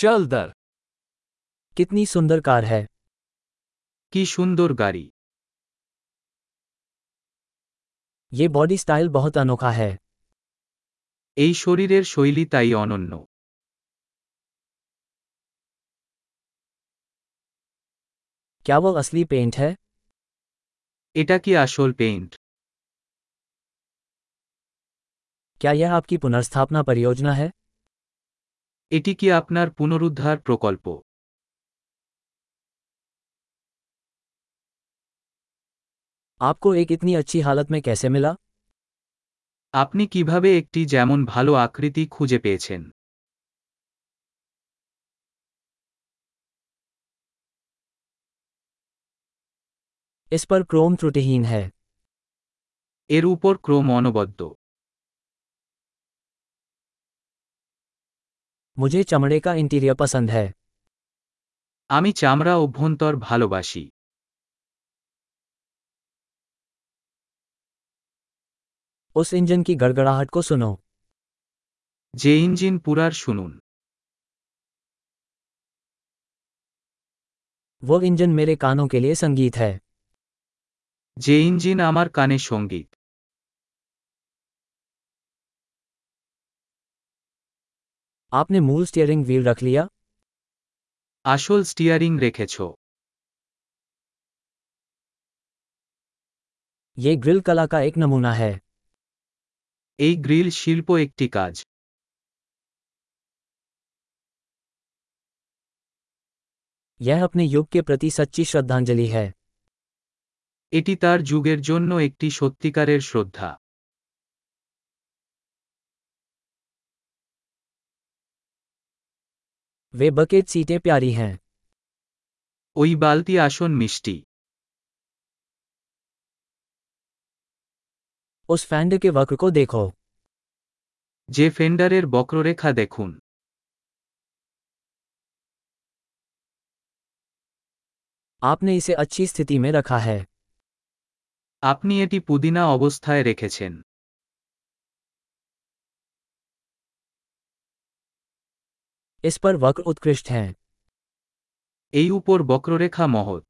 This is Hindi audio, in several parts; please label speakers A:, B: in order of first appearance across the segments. A: চল দর
B: कितनी सुंदर कार है
C: কি সুন্দর গাড়ি
B: ये बॉडी स्टाइल बहुत अनोखा है
C: এই শরীরের শৈলী তাই অনন্য
B: क्या वो असली पेंट है
C: এটা কি আসল পেইন্ট
B: क्या यह आपकी पुनर्स्थापना परियोजना है
C: এটি কি আপনার পুনরুদ্ধার প্রকল্প
B: आपको एक इतनी अच्छी हालत में कैसे मिला
C: আপনি কিভাবে একটি যেমন ভালো আকৃতি খুঁজে পেয়েছেন
B: इस पर क्रोम त्रुटिहीन है
C: এর উপর ক্রম অনবদ্য
B: मुझे चमड़े का इंटीरियर पसंद है
C: আমি চামড়া অভ্যন্তর ভালোবাসি
B: उस इंजन की गड़गड़ाहट को सुनो
C: যে ইঞ্জিন পুরার শুনুন
B: वो इंजन मेरे कानों के लिए संगीत है
C: যে ইঞ্জিন আমার কানে সঙ্গীত
B: आपने मूल स्टीयरिंग व्हील रख लिया
C: আসল স্টিয়ারিং রেখেছ
B: ये ग्रिल कला का एक नमूना है
C: এই গ্রিল শিল্প একটি কাজ
B: यह अपने युग के प्रति सच्ची श्रद्धांजलि है
C: এটি তার যুগের জন্য একটি সত্যিকারের শ্রদ্ধা
B: वे बकेट सीटें प्यारी हैं
C: ওই বালতি আসন মিষ্টি
B: उस फैंड के वक्र को देखो
C: যে ফেন্ডারের বক্ররেখা দেখুন
B: आपने इसे अच्छी स्थिति में रखा है
C: আপনি এটি পুদিনা অবস্থায় রেখেছেন
B: इस पर वक्र उत्कृष्ट हैं
C: এই উপর বক্ররেখা মহৎ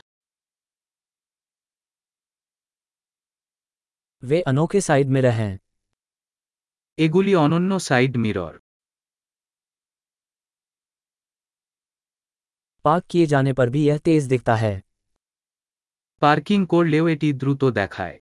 B: वे अनोखे साइड में रहें
C: এগুলি অনন্য সাইড মিরর
B: पार्क किए जाने पर भी यह तेज दिखता है
C: পার্কিং করলেও এটি দ্রুত দেখায়